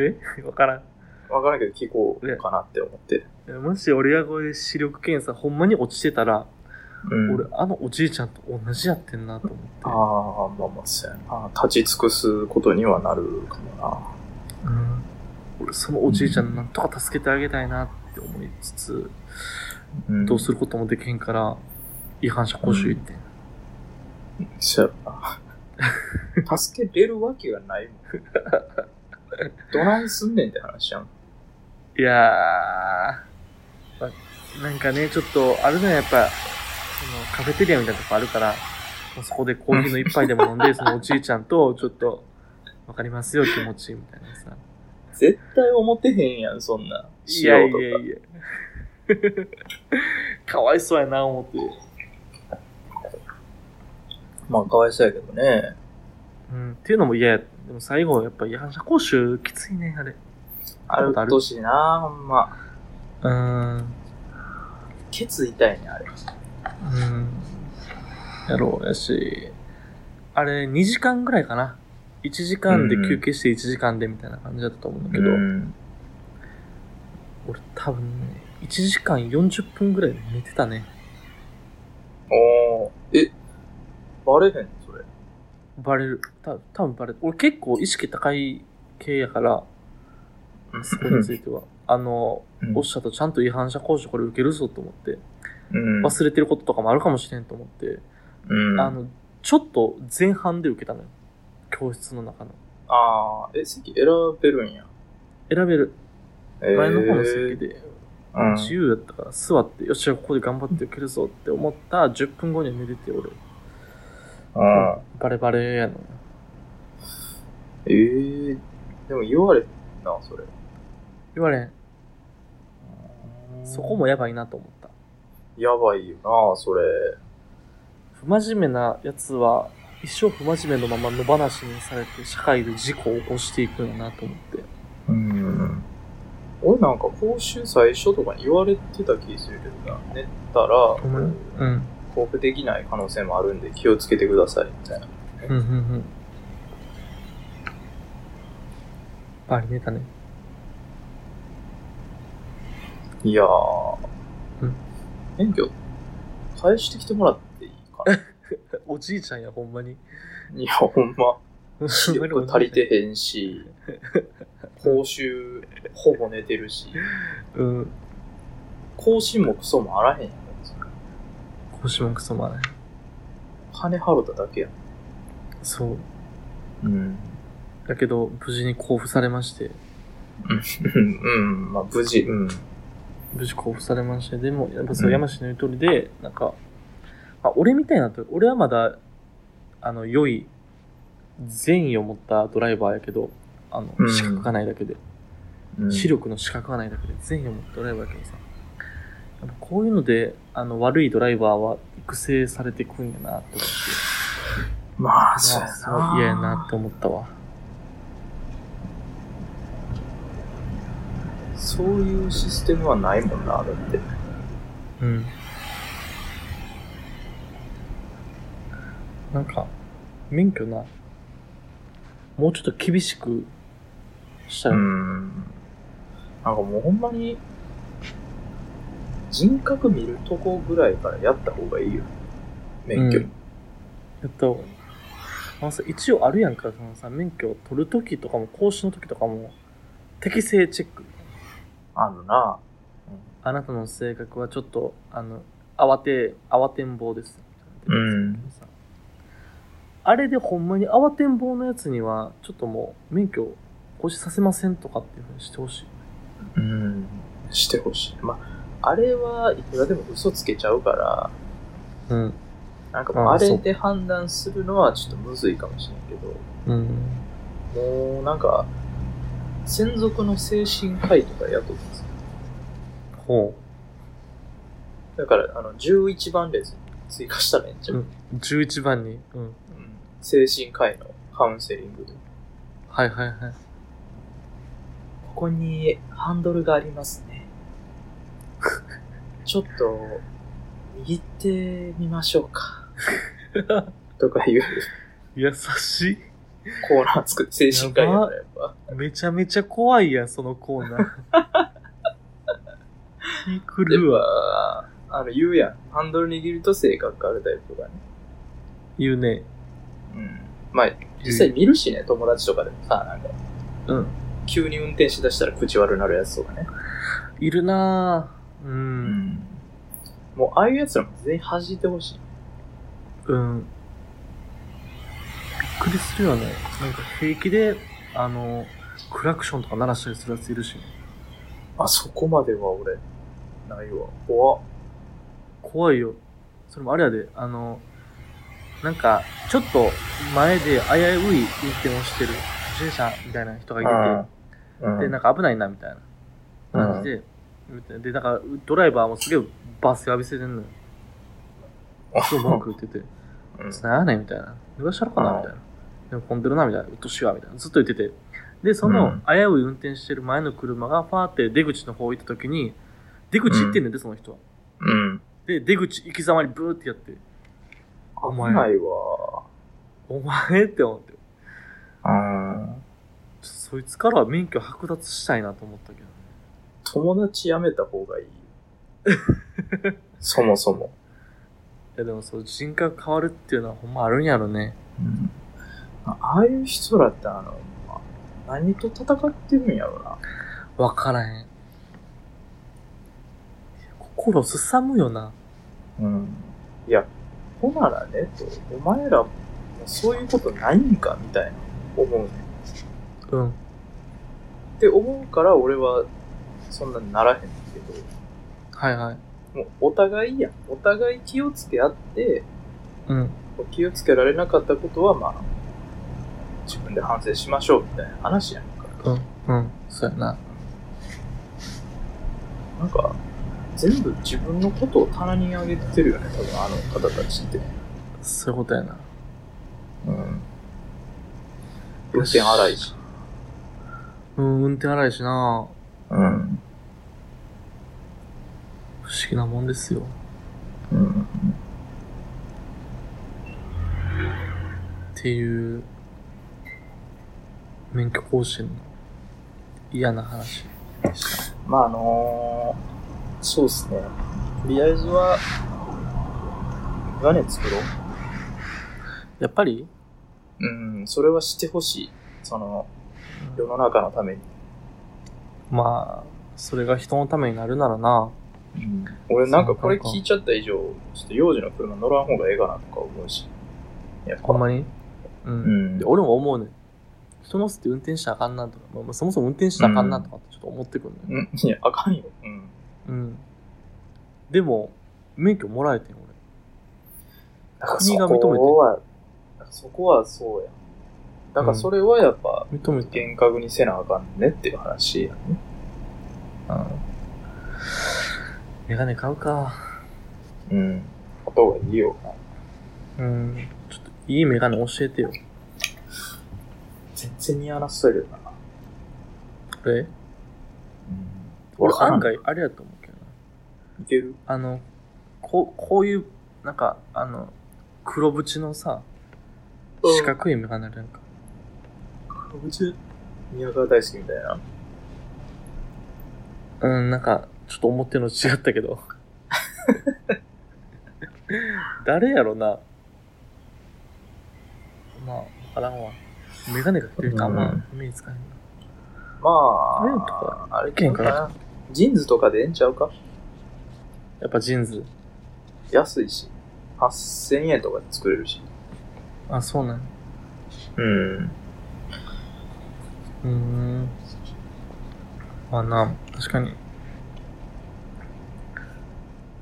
Speaker 1: え わからん
Speaker 2: わからんけど、聞こうかなって思って。
Speaker 1: え。もし俺がこれで視力検査ほんまに落ちてたら、
Speaker 2: うん。
Speaker 1: 俺あのおじいちゃんと同じやってんなと思って。
Speaker 2: ああ、まあまあ、そうやな。立ち尽くすことにはなるかもな。
Speaker 1: うん、俺そのおじいちゃんなんとか助けてあげたいなって思いつつ、
Speaker 2: うん
Speaker 1: どうすることもできへんから、違反者講習行ってん。
Speaker 2: そうやろな。助けれるわけがないもん。どないすんねんって話やん。
Speaker 1: いやー、まなんかね、ちょっと、あるのはやっぱ、そのカフェテリアみたいなとこあるから、もうそこでコーヒーの一杯でも飲ん で、そのおじいちゃんと、ちょっと、わかりますよ、気持ち、みたいなさ。
Speaker 2: 絶対思ってへんやん、そんな。
Speaker 1: いやい
Speaker 2: 素人
Speaker 1: やいや。かわいそうやな、思って。
Speaker 2: まあ、かわいそうやけどね。
Speaker 1: うん、っていうのも嫌や。でも最後、やっぱ違反者講習、きついね、あれ。
Speaker 2: あるとしいな、ほんま。
Speaker 1: うーん。
Speaker 2: ケツ痛いね、あれ。
Speaker 1: やろうやし、あれ、2時間ぐらいかな。1時間で休憩して1時間でみたいな感じだったと思うんだけど、
Speaker 2: うん
Speaker 1: 俺多分ね、1時間40分ぐらい寝てたね。
Speaker 2: おーえ、バレへん、それ。
Speaker 1: バレる。た多分バレる。俺結構意識高い系やから、そこについては。あの、
Speaker 2: うん
Speaker 1: おっしゃとちゃんと違反者講習これ受けるぞと思って、
Speaker 2: うん
Speaker 1: 忘れてることとかもあるかもしれんと思って、
Speaker 2: うん
Speaker 1: あの、ちょっと前半で受けたのよ。教室の中の。
Speaker 2: あーえ、席選べるんや。
Speaker 1: 選べる。
Speaker 2: 前
Speaker 1: 前の方の席で、
Speaker 2: うん。
Speaker 1: 自由やったから座って、よっしゃ、ここで頑張って受けるぞって思った10分後には寝てて、俺。
Speaker 2: あー
Speaker 1: バレバレやの。
Speaker 2: えー、でも言われへんな、それ。
Speaker 1: 言われん。そこもやばいなと思った。
Speaker 2: やばいよな、それ。
Speaker 1: 不真面目なやつは、一生不真面目のまま野放しにされて、社会で事故を起こしていくんやなと思って。
Speaker 2: うん。俺なんか講習最初とかに言われてた気するけどな。寝たら、
Speaker 1: うん。
Speaker 2: 交付できない可能性もあるんで気をつけてくださいみたいな。
Speaker 1: うんうんうん。バリネタね。
Speaker 2: いやー
Speaker 1: うん、
Speaker 2: 免許返してきてもらっていいか な。
Speaker 1: おじいちゃんや、ほんまに。
Speaker 2: いや、ほんま、
Speaker 1: ほ
Speaker 2: 視
Speaker 1: んまにお
Speaker 2: 力
Speaker 1: じいちゃん
Speaker 2: 足りてへんし、報酬ほぼ寝てるし、
Speaker 1: うん。
Speaker 2: 更新もクソもあらへんやん。
Speaker 1: 腰もくそもない。
Speaker 2: 金払っただけやん。
Speaker 1: そう。
Speaker 2: うん。
Speaker 1: だけど、無事に交付されまして。
Speaker 2: うん、まあ無事、うん。
Speaker 1: 無事交付されまして、でも、やっぱそうう、
Speaker 2: ん
Speaker 1: 山氏の言う通りで、なんか、あ、俺みたいなと、俺はまだ、あの、良い、善意を持ったドライバーやけど、あの
Speaker 2: う、ん
Speaker 1: 資格がないだけで、
Speaker 2: うん
Speaker 1: 視力の資格がないだけで、善意を持ったドライバーやけどさ、やっぱこういうので、あの、悪いドライバーは育成されてくんやな、って思って、
Speaker 2: まあ、
Speaker 1: そ
Speaker 2: そう
Speaker 1: う
Speaker 2: や
Speaker 1: す
Speaker 2: な。
Speaker 1: ごい嫌やなって思ったわ。
Speaker 2: そういうシステムはないもんな、だって。
Speaker 1: うん。なんか、免許な、もうちょっと厳しくした
Speaker 2: う
Speaker 1: ら、
Speaker 2: ん。なんかもうほんまに、人格見るとこぐらいからやった方がいいよ。免許。
Speaker 1: うんやった方がいい。あのさ、一応あるやんか、そのさ、免許を取るときとかも、講師のときとかも、適正チェック。
Speaker 2: あのな。
Speaker 1: あなたの性格はちょっと、あの、慌て、慌てんぼうです。
Speaker 2: うん
Speaker 1: さあれでほんまに慌てんぼうのやつには、ちょっともう免許を更新させませんとかっていうふうにしてほしい。
Speaker 2: うん。してほしい。まあ、あれはいくらでも嘘つけちゃうから、
Speaker 1: うん。
Speaker 2: なんかもう
Speaker 1: あ
Speaker 2: あ
Speaker 1: そ
Speaker 2: れ
Speaker 1: う
Speaker 2: で判断するのはちょっとむずいかもしれんけど。
Speaker 1: うん。
Speaker 2: もうなんか、専属の精神科医とか雇ってます
Speaker 1: ほ
Speaker 2: だから、あの、11番列に追加したらええんちゃ
Speaker 1: う
Speaker 2: う、
Speaker 1: んう。11番に。うん。
Speaker 2: うん精神科医のカウンセリングで。
Speaker 1: はいはいはい。
Speaker 2: ここにハンドルがあります ね。ちょっと、握ってみましょうか。 とかいう
Speaker 1: 優しい。
Speaker 2: コーナー作って、精神科医やからやっぱ。
Speaker 1: めちゃめちゃ怖いやん、そのコーナ ー。に来るわ。
Speaker 2: わ。あの、言うやん。ハンドル握ると性格変わるタイプがね。
Speaker 1: 言うね。
Speaker 2: うん。まあ、実際見るしね、友達とかでもさ、なんか、
Speaker 1: うん。
Speaker 2: 急に運転しだしたら口悪なるやつとかね。
Speaker 1: いるなぁ。う。
Speaker 2: うんん。もう、ああいうやつらも全員弾いてほしい。
Speaker 1: うん。びっくりするよね。なんか平気で、あの、クラクションとか鳴らしたりするやついるし、
Speaker 2: あ、そこまでは俺、ないわ。怖っ。
Speaker 1: 怖いよ。それもあれやで、あの、なんか、ちょっと前で危うい運転をしてる、自転車みたいな人がいて
Speaker 2: うん
Speaker 1: て、で、なんか危ないな、みたいな感じで、で、なんか、ドライバーもすげえバス浴びせてんのよ。そう、文句言ってて。
Speaker 2: うん
Speaker 1: つながないみたいな。脱がしたろかな
Speaker 2: うん
Speaker 1: みたいな。でも混んでるなみたいな。うっとうしいわみたいな。ずっと言ってて。で、その
Speaker 2: うん
Speaker 1: 危うい運転してる前の車がファーって出口の方行った時に、出口行ってんねんで、その人は。
Speaker 2: うん。
Speaker 1: で、出口行きざまにブーってやって、お前
Speaker 2: 危ないわ。
Speaker 1: お前って思って。ちょ
Speaker 2: うん。
Speaker 1: っとそいつからは免許剥奪したいなと思ったけど。
Speaker 2: 友達やめた方 がいい。そもそも。
Speaker 1: いやでもそう、人格変わるっていうのはほんまあるんやろね。
Speaker 2: うん。あああいう人らって、あの、まあ何と戦ってるんやろな。
Speaker 1: わからへん。心すさむよな。
Speaker 2: うん。いや、ほならね、と、お前ら、そういうことないんか、みたいな、思うね。
Speaker 1: うん。
Speaker 2: って思うから、俺は、そんなにならへんけど、
Speaker 1: はいはい。
Speaker 2: もう、お互いやん。お互い気をつけ合って、
Speaker 1: うん。
Speaker 2: 気をつけられなかったことは、まあ、自分で反省しましょう、みたいな話やんか。
Speaker 1: うん。うん。そうやな。
Speaker 2: なんか、全部自分のことを棚に上げてるよね、多分、あの方たちって。
Speaker 1: そういうことやな。
Speaker 2: うん。運転荒いし。
Speaker 1: うん、運転荒いしな
Speaker 2: うん。
Speaker 1: 不思議なもんですよ。
Speaker 2: うん
Speaker 1: っていう、免許更新の嫌な話でした。
Speaker 2: まああのー、そうですね。とりあえずは、屋根作ろう。
Speaker 1: やっぱり
Speaker 2: うん、それはしてほしい。その、世の中のために。
Speaker 1: まあ、それが人のためになるならな。
Speaker 2: 俺なんかこれ聞いちゃった以上、ちょっと幼児の車乗らん方がええかなとか思うし。やっぱ。
Speaker 1: ほんまにう。
Speaker 2: うんん
Speaker 1: で。俺も思うねん。人乗せて運転したらあかんなとか、まあまあ、そもそも運転したらあかんなとかってちょっと思ってくるね、
Speaker 2: うん、いや、あかんよ。うん。
Speaker 1: うん。でも、免許もらえてん、俺。
Speaker 2: なんか
Speaker 1: 国が認めて
Speaker 2: そこは、そこはそうや。だからそれはやっぱ、
Speaker 1: 認めて。
Speaker 2: 厳格にせなあかんねっていう話やね。
Speaker 1: うん。メガネ買うか。
Speaker 2: うん。あとはいいよ。
Speaker 1: うん。ちょっと、いいメガネ教えてよ。
Speaker 2: 全然似合わなそうやけどな。
Speaker 1: これ
Speaker 2: 俺
Speaker 1: 俺
Speaker 2: 案
Speaker 1: 案
Speaker 2: 外
Speaker 1: 外あれやと思うけどな。
Speaker 2: いける
Speaker 1: あの、こう、こういう、なんか、あの、黒縁のさ、
Speaker 2: うん
Speaker 1: 四角いメガネあるやんか。
Speaker 2: うち、宮川大好きみたいな。
Speaker 1: うん、なんか、ちょっと思ってるの違った けど。誰やろな。まあ、わからんわ。メガネかけてる人あんま目につかへんな。
Speaker 2: ま
Speaker 1: あれとか
Speaker 2: あ、あれちゃうかな。ジーンズとかでええんちゃうか
Speaker 1: やっぱジーンズ。
Speaker 2: 安いし。8000円とかで作れるし。
Speaker 1: あ、そうなんや
Speaker 2: うん。
Speaker 1: うーん。まあな、確かに。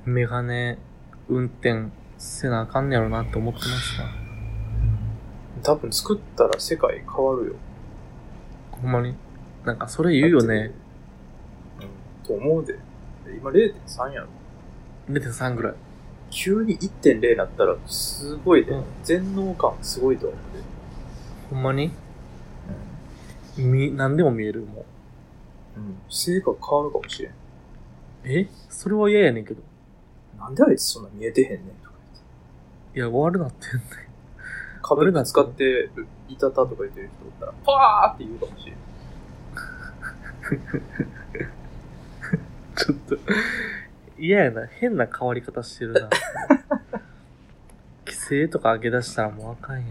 Speaker 1: メガネ運転せなあかんねやろなって思ってました。
Speaker 2: 多分作ったら世界変わるよ。
Speaker 1: ほんまに。なんかそれ言うよね。
Speaker 2: うん。と思うで。今0.3やろ。
Speaker 1: 0.3ぐらい。
Speaker 2: 急に1.0になったらすごいで、
Speaker 1: うん
Speaker 2: 全能感すごいと思うで。
Speaker 1: ほんまにみ、何でも見える、もう。
Speaker 2: うん。成果変わるかもしれん。
Speaker 1: えそれは嫌やねんけど。
Speaker 2: なんであいつそんな見えてへんねんとか言って。
Speaker 1: いや、悪なってんね
Speaker 2: 壁ぶつかって、いたたとか言ってる人おったら、パーって言うかもしれん。
Speaker 1: ん。 ちょっと。嫌やな。変な変わり方してるな。規制とか上げ出したらもうあかんやん。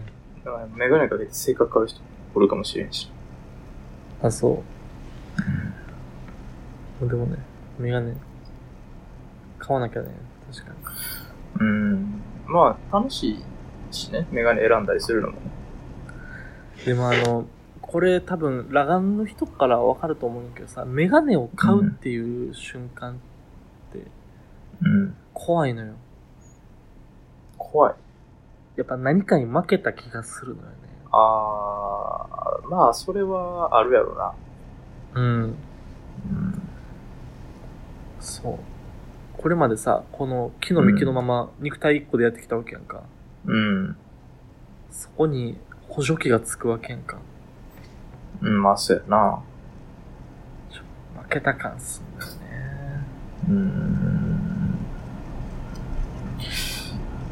Speaker 2: だからメガネかけて性格変わる人おるかもしれんし。
Speaker 1: あ、そう。でもね、メガネ、買わなきゃね。確かに。
Speaker 2: うん。まあ、楽しいしね、メガネ選んだりするのも。
Speaker 1: でもあの、これ多分、裸眼の人からわかると思うんだけどさ、メガネを買うっていう瞬間って
Speaker 2: うん。
Speaker 1: 怖いのよ。
Speaker 2: 怖い。
Speaker 1: やっぱ何かに負けた気がするのよね。
Speaker 2: あー、まあ、それはあるやろな。
Speaker 1: うん。
Speaker 2: うん。
Speaker 1: そう。これまでさ、この木の幹のまま肉体一個でやってきたわけやんか。
Speaker 2: うん。
Speaker 1: そこに補助器がつくわけやんか。
Speaker 2: うん、まあ、そうやな。
Speaker 1: 負けた感すんだよね。
Speaker 2: うん。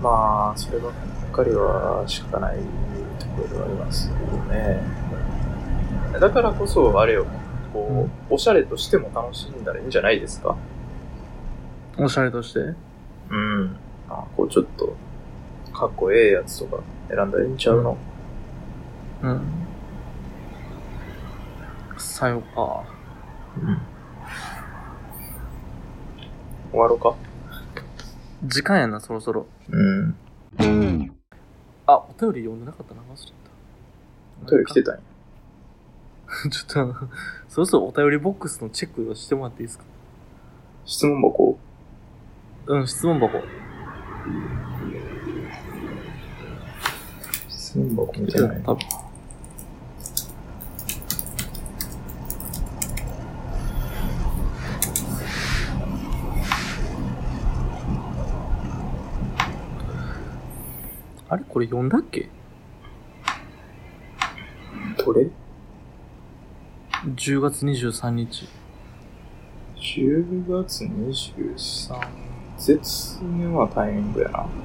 Speaker 2: まあ、そればっかりは仕方ないところではありますよね。だからこそ、あれよ、こう、おしゃれとしても楽しんだらいいんじゃないですか
Speaker 1: おしゃれとして
Speaker 2: うん。あ、こうちょっと、かっこええやつとか選んだらいいんちゃうの、
Speaker 1: うん。さよか。
Speaker 2: 終わろうか
Speaker 1: 時間やな、そろそろ。
Speaker 2: うん。
Speaker 1: あ、お便り読んでなかったな、忘れた。
Speaker 2: トイレ来てたんや。
Speaker 1: た。ちょっとあの、そろそろお便りボックスのチェックをしてもらっていいですか
Speaker 2: 質問箱
Speaker 1: うん、質問箱。
Speaker 2: 質問箱み
Speaker 1: 来
Speaker 2: た
Speaker 1: て
Speaker 2: い
Speaker 1: た
Speaker 2: な。
Speaker 1: 多分あれこれ読んだっけ
Speaker 2: どれ
Speaker 1: ?10 月23日。
Speaker 2: ?10 月23絶妙なタイミングやな。
Speaker 1: こ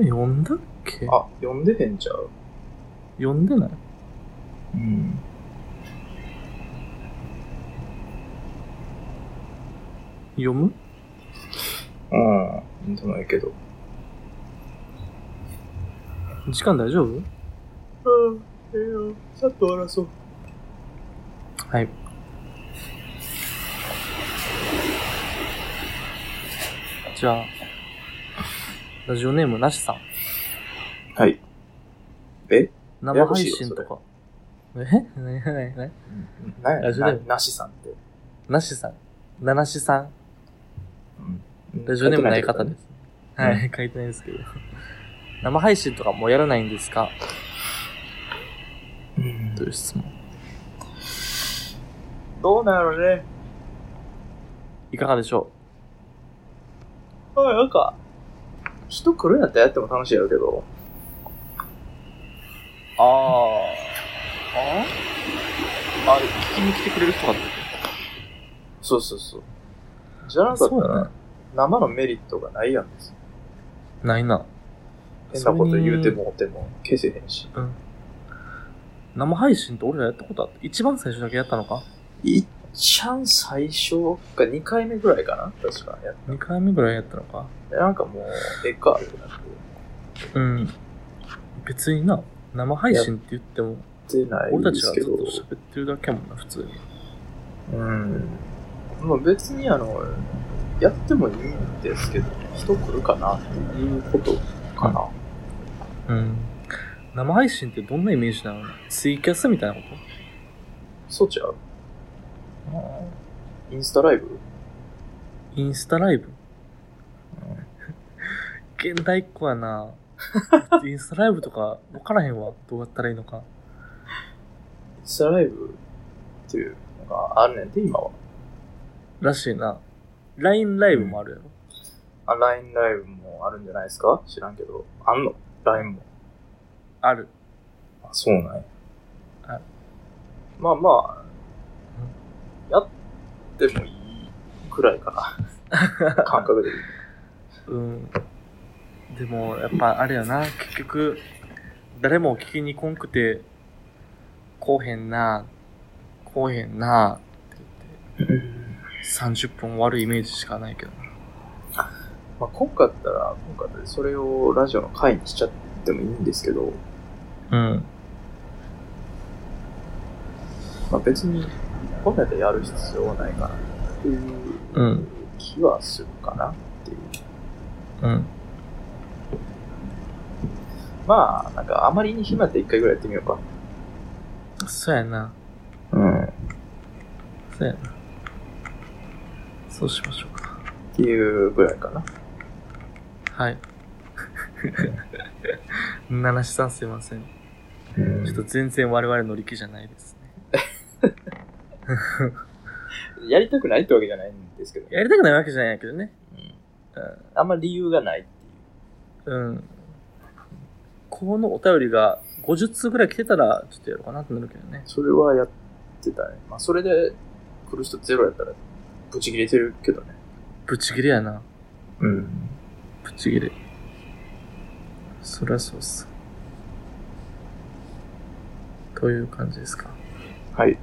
Speaker 1: れ読んだっけ
Speaker 2: あ、読んでへんちゃう
Speaker 1: 読んでない
Speaker 2: うん。
Speaker 1: 読む
Speaker 2: うん。でもないけど。
Speaker 1: 時間大丈夫
Speaker 2: うん。ええよ。さっと終わらそう。
Speaker 1: はい。じゃあ、ラジオネームなしさん。
Speaker 2: はい。え
Speaker 1: 生配信とか。えなになになに
Speaker 2: なや
Speaker 1: ラジオネ
Speaker 2: な
Speaker 1: ーム
Speaker 2: なしさんって。
Speaker 1: なしさん。ななしさん。
Speaker 2: うん
Speaker 1: ラジオネームない方です。
Speaker 2: 書いてない
Speaker 1: はい、書いてないですけど。 生配信とかもうやらないんですか
Speaker 2: うん
Speaker 1: という質問。
Speaker 2: どうなのね。
Speaker 1: いかがでしょ
Speaker 2: まあなんか、人来るんやったらやっても楽しいやろうけど。
Speaker 1: うああ。あれ、聞きに来てくれる人かって
Speaker 2: そうそうそう。じゃなかった
Speaker 1: そうだ
Speaker 2: ら、生のメリットがないやんです。
Speaker 1: ないな。
Speaker 2: 変なこと言う
Speaker 1: そ
Speaker 2: て
Speaker 1: れに。
Speaker 2: もうても消せへんし。
Speaker 1: 生配信って俺らやったことあって、一番最初だけやったのか
Speaker 2: いっちゃん最初か2回目ぐらいかな確かやっ
Speaker 1: ?2 回目ぐらいやったのか
Speaker 2: て。なんかもう、ええかってなって。
Speaker 1: うん。別にな、生配信って言っても、
Speaker 2: 出ない
Speaker 1: 俺た
Speaker 2: で
Speaker 1: ち
Speaker 2: す
Speaker 1: が
Speaker 2: け
Speaker 1: ずっと
Speaker 2: ど。
Speaker 1: 喋ってるだけやもんな、普通に。
Speaker 2: うん。まあ別にあの、やってもいいんですけど、人来るかなっていうことかな。
Speaker 1: うん。生配信ってどんなイメージなのツイキャスみたいなこ
Speaker 2: そうちゃう
Speaker 1: と
Speaker 2: インスタライブ
Speaker 1: インスタライブ 現代っ子や なインスタライブとか分からへんわ。どうやったらいいのか。
Speaker 2: インスタライブっていうのがあるねんで、今は。
Speaker 1: らしいな。LINE ライブもあるやろ。
Speaker 2: あ、LINE ライブもあるんじゃないですか知らんけど。あんの ?LINE も。
Speaker 1: ある。
Speaker 2: あ、そうなんや
Speaker 1: あ
Speaker 2: まあまあ、やってもいいくらいかな。感覚でいい。
Speaker 1: うん。でも、やっぱあれやな、結局、誰も聞きにこんくて、こうへんな、こうへんな、って言って、30分終わるイメージしかないけどな。
Speaker 2: まあ、今回だったら、今回でそれをラジオの回にしちゃってもいいんですけど、
Speaker 1: うん。
Speaker 2: まあ、別に、本来でやる必要はないかなっていう
Speaker 1: うん。
Speaker 2: 気はするかなっていう。
Speaker 1: うん。
Speaker 2: まあ、なんかあまりに暇で一回ぐらいやってみようか。
Speaker 1: そうやな。
Speaker 2: うん。っ
Speaker 1: そうやな。そうしましょうか。
Speaker 2: ていうぐらいかな。
Speaker 1: はい。 七七さんすいません。
Speaker 2: うん
Speaker 1: ちょっと全然我々乗り気じゃないですね。
Speaker 2: やりたくないってわけじゃないんですけど、
Speaker 1: やりたくないわけじゃないけどね。
Speaker 2: うん
Speaker 1: うん。
Speaker 2: あんま理由がないっていう。
Speaker 1: うん。このお便りが50通ぐらい来てたら、ちょっとやろうかなってなるけどね。
Speaker 2: それはやってたね。まあ、それで来る人ゼロやったら、ブチ切れてるけどね。
Speaker 1: ぶち切れやな。
Speaker 2: うん。
Speaker 1: ぶち切れ。そりゃそうっす。という感じですか。うん。
Speaker 2: はい。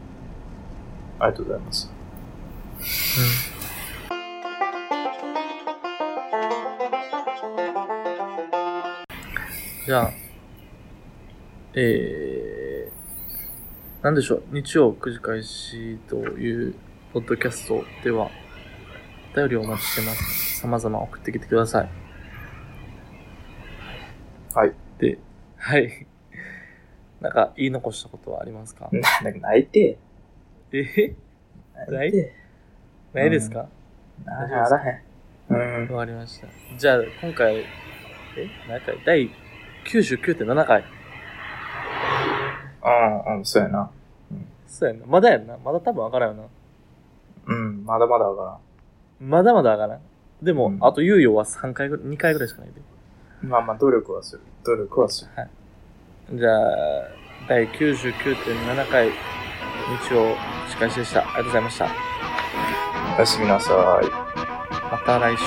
Speaker 2: ありがとうございます。
Speaker 1: じゃあ、えー、なんでしょう。日曜9時開始という、ポッドキャストでは、お便りをお待ちしてます。様々送ってきてください。
Speaker 2: はい。
Speaker 1: で、はい。なんか、言い残したことはありますか
Speaker 2: なんか泣いて。
Speaker 1: え
Speaker 2: 泣いて。
Speaker 1: ないですか
Speaker 2: あ
Speaker 1: 大丈夫ですから
Speaker 2: へん。うん。
Speaker 1: わかりました。じゃあ、今回、え何回第99.7回。
Speaker 2: うん、うん、そうやな。
Speaker 1: そうやんな。まだやんな。まだ多分わからんよな。
Speaker 2: うん、まだまだわか
Speaker 1: まだまだわからん。でも、
Speaker 2: うん
Speaker 1: あと猶予は3回ぐらい、2回ぐらいしかないで。
Speaker 2: らん。まあまあ、努力はする。努力はする。
Speaker 1: じゃあ、第99.7回、日曜、司会でした。ありがとうございました。
Speaker 2: おやすみなさい。
Speaker 1: また来週。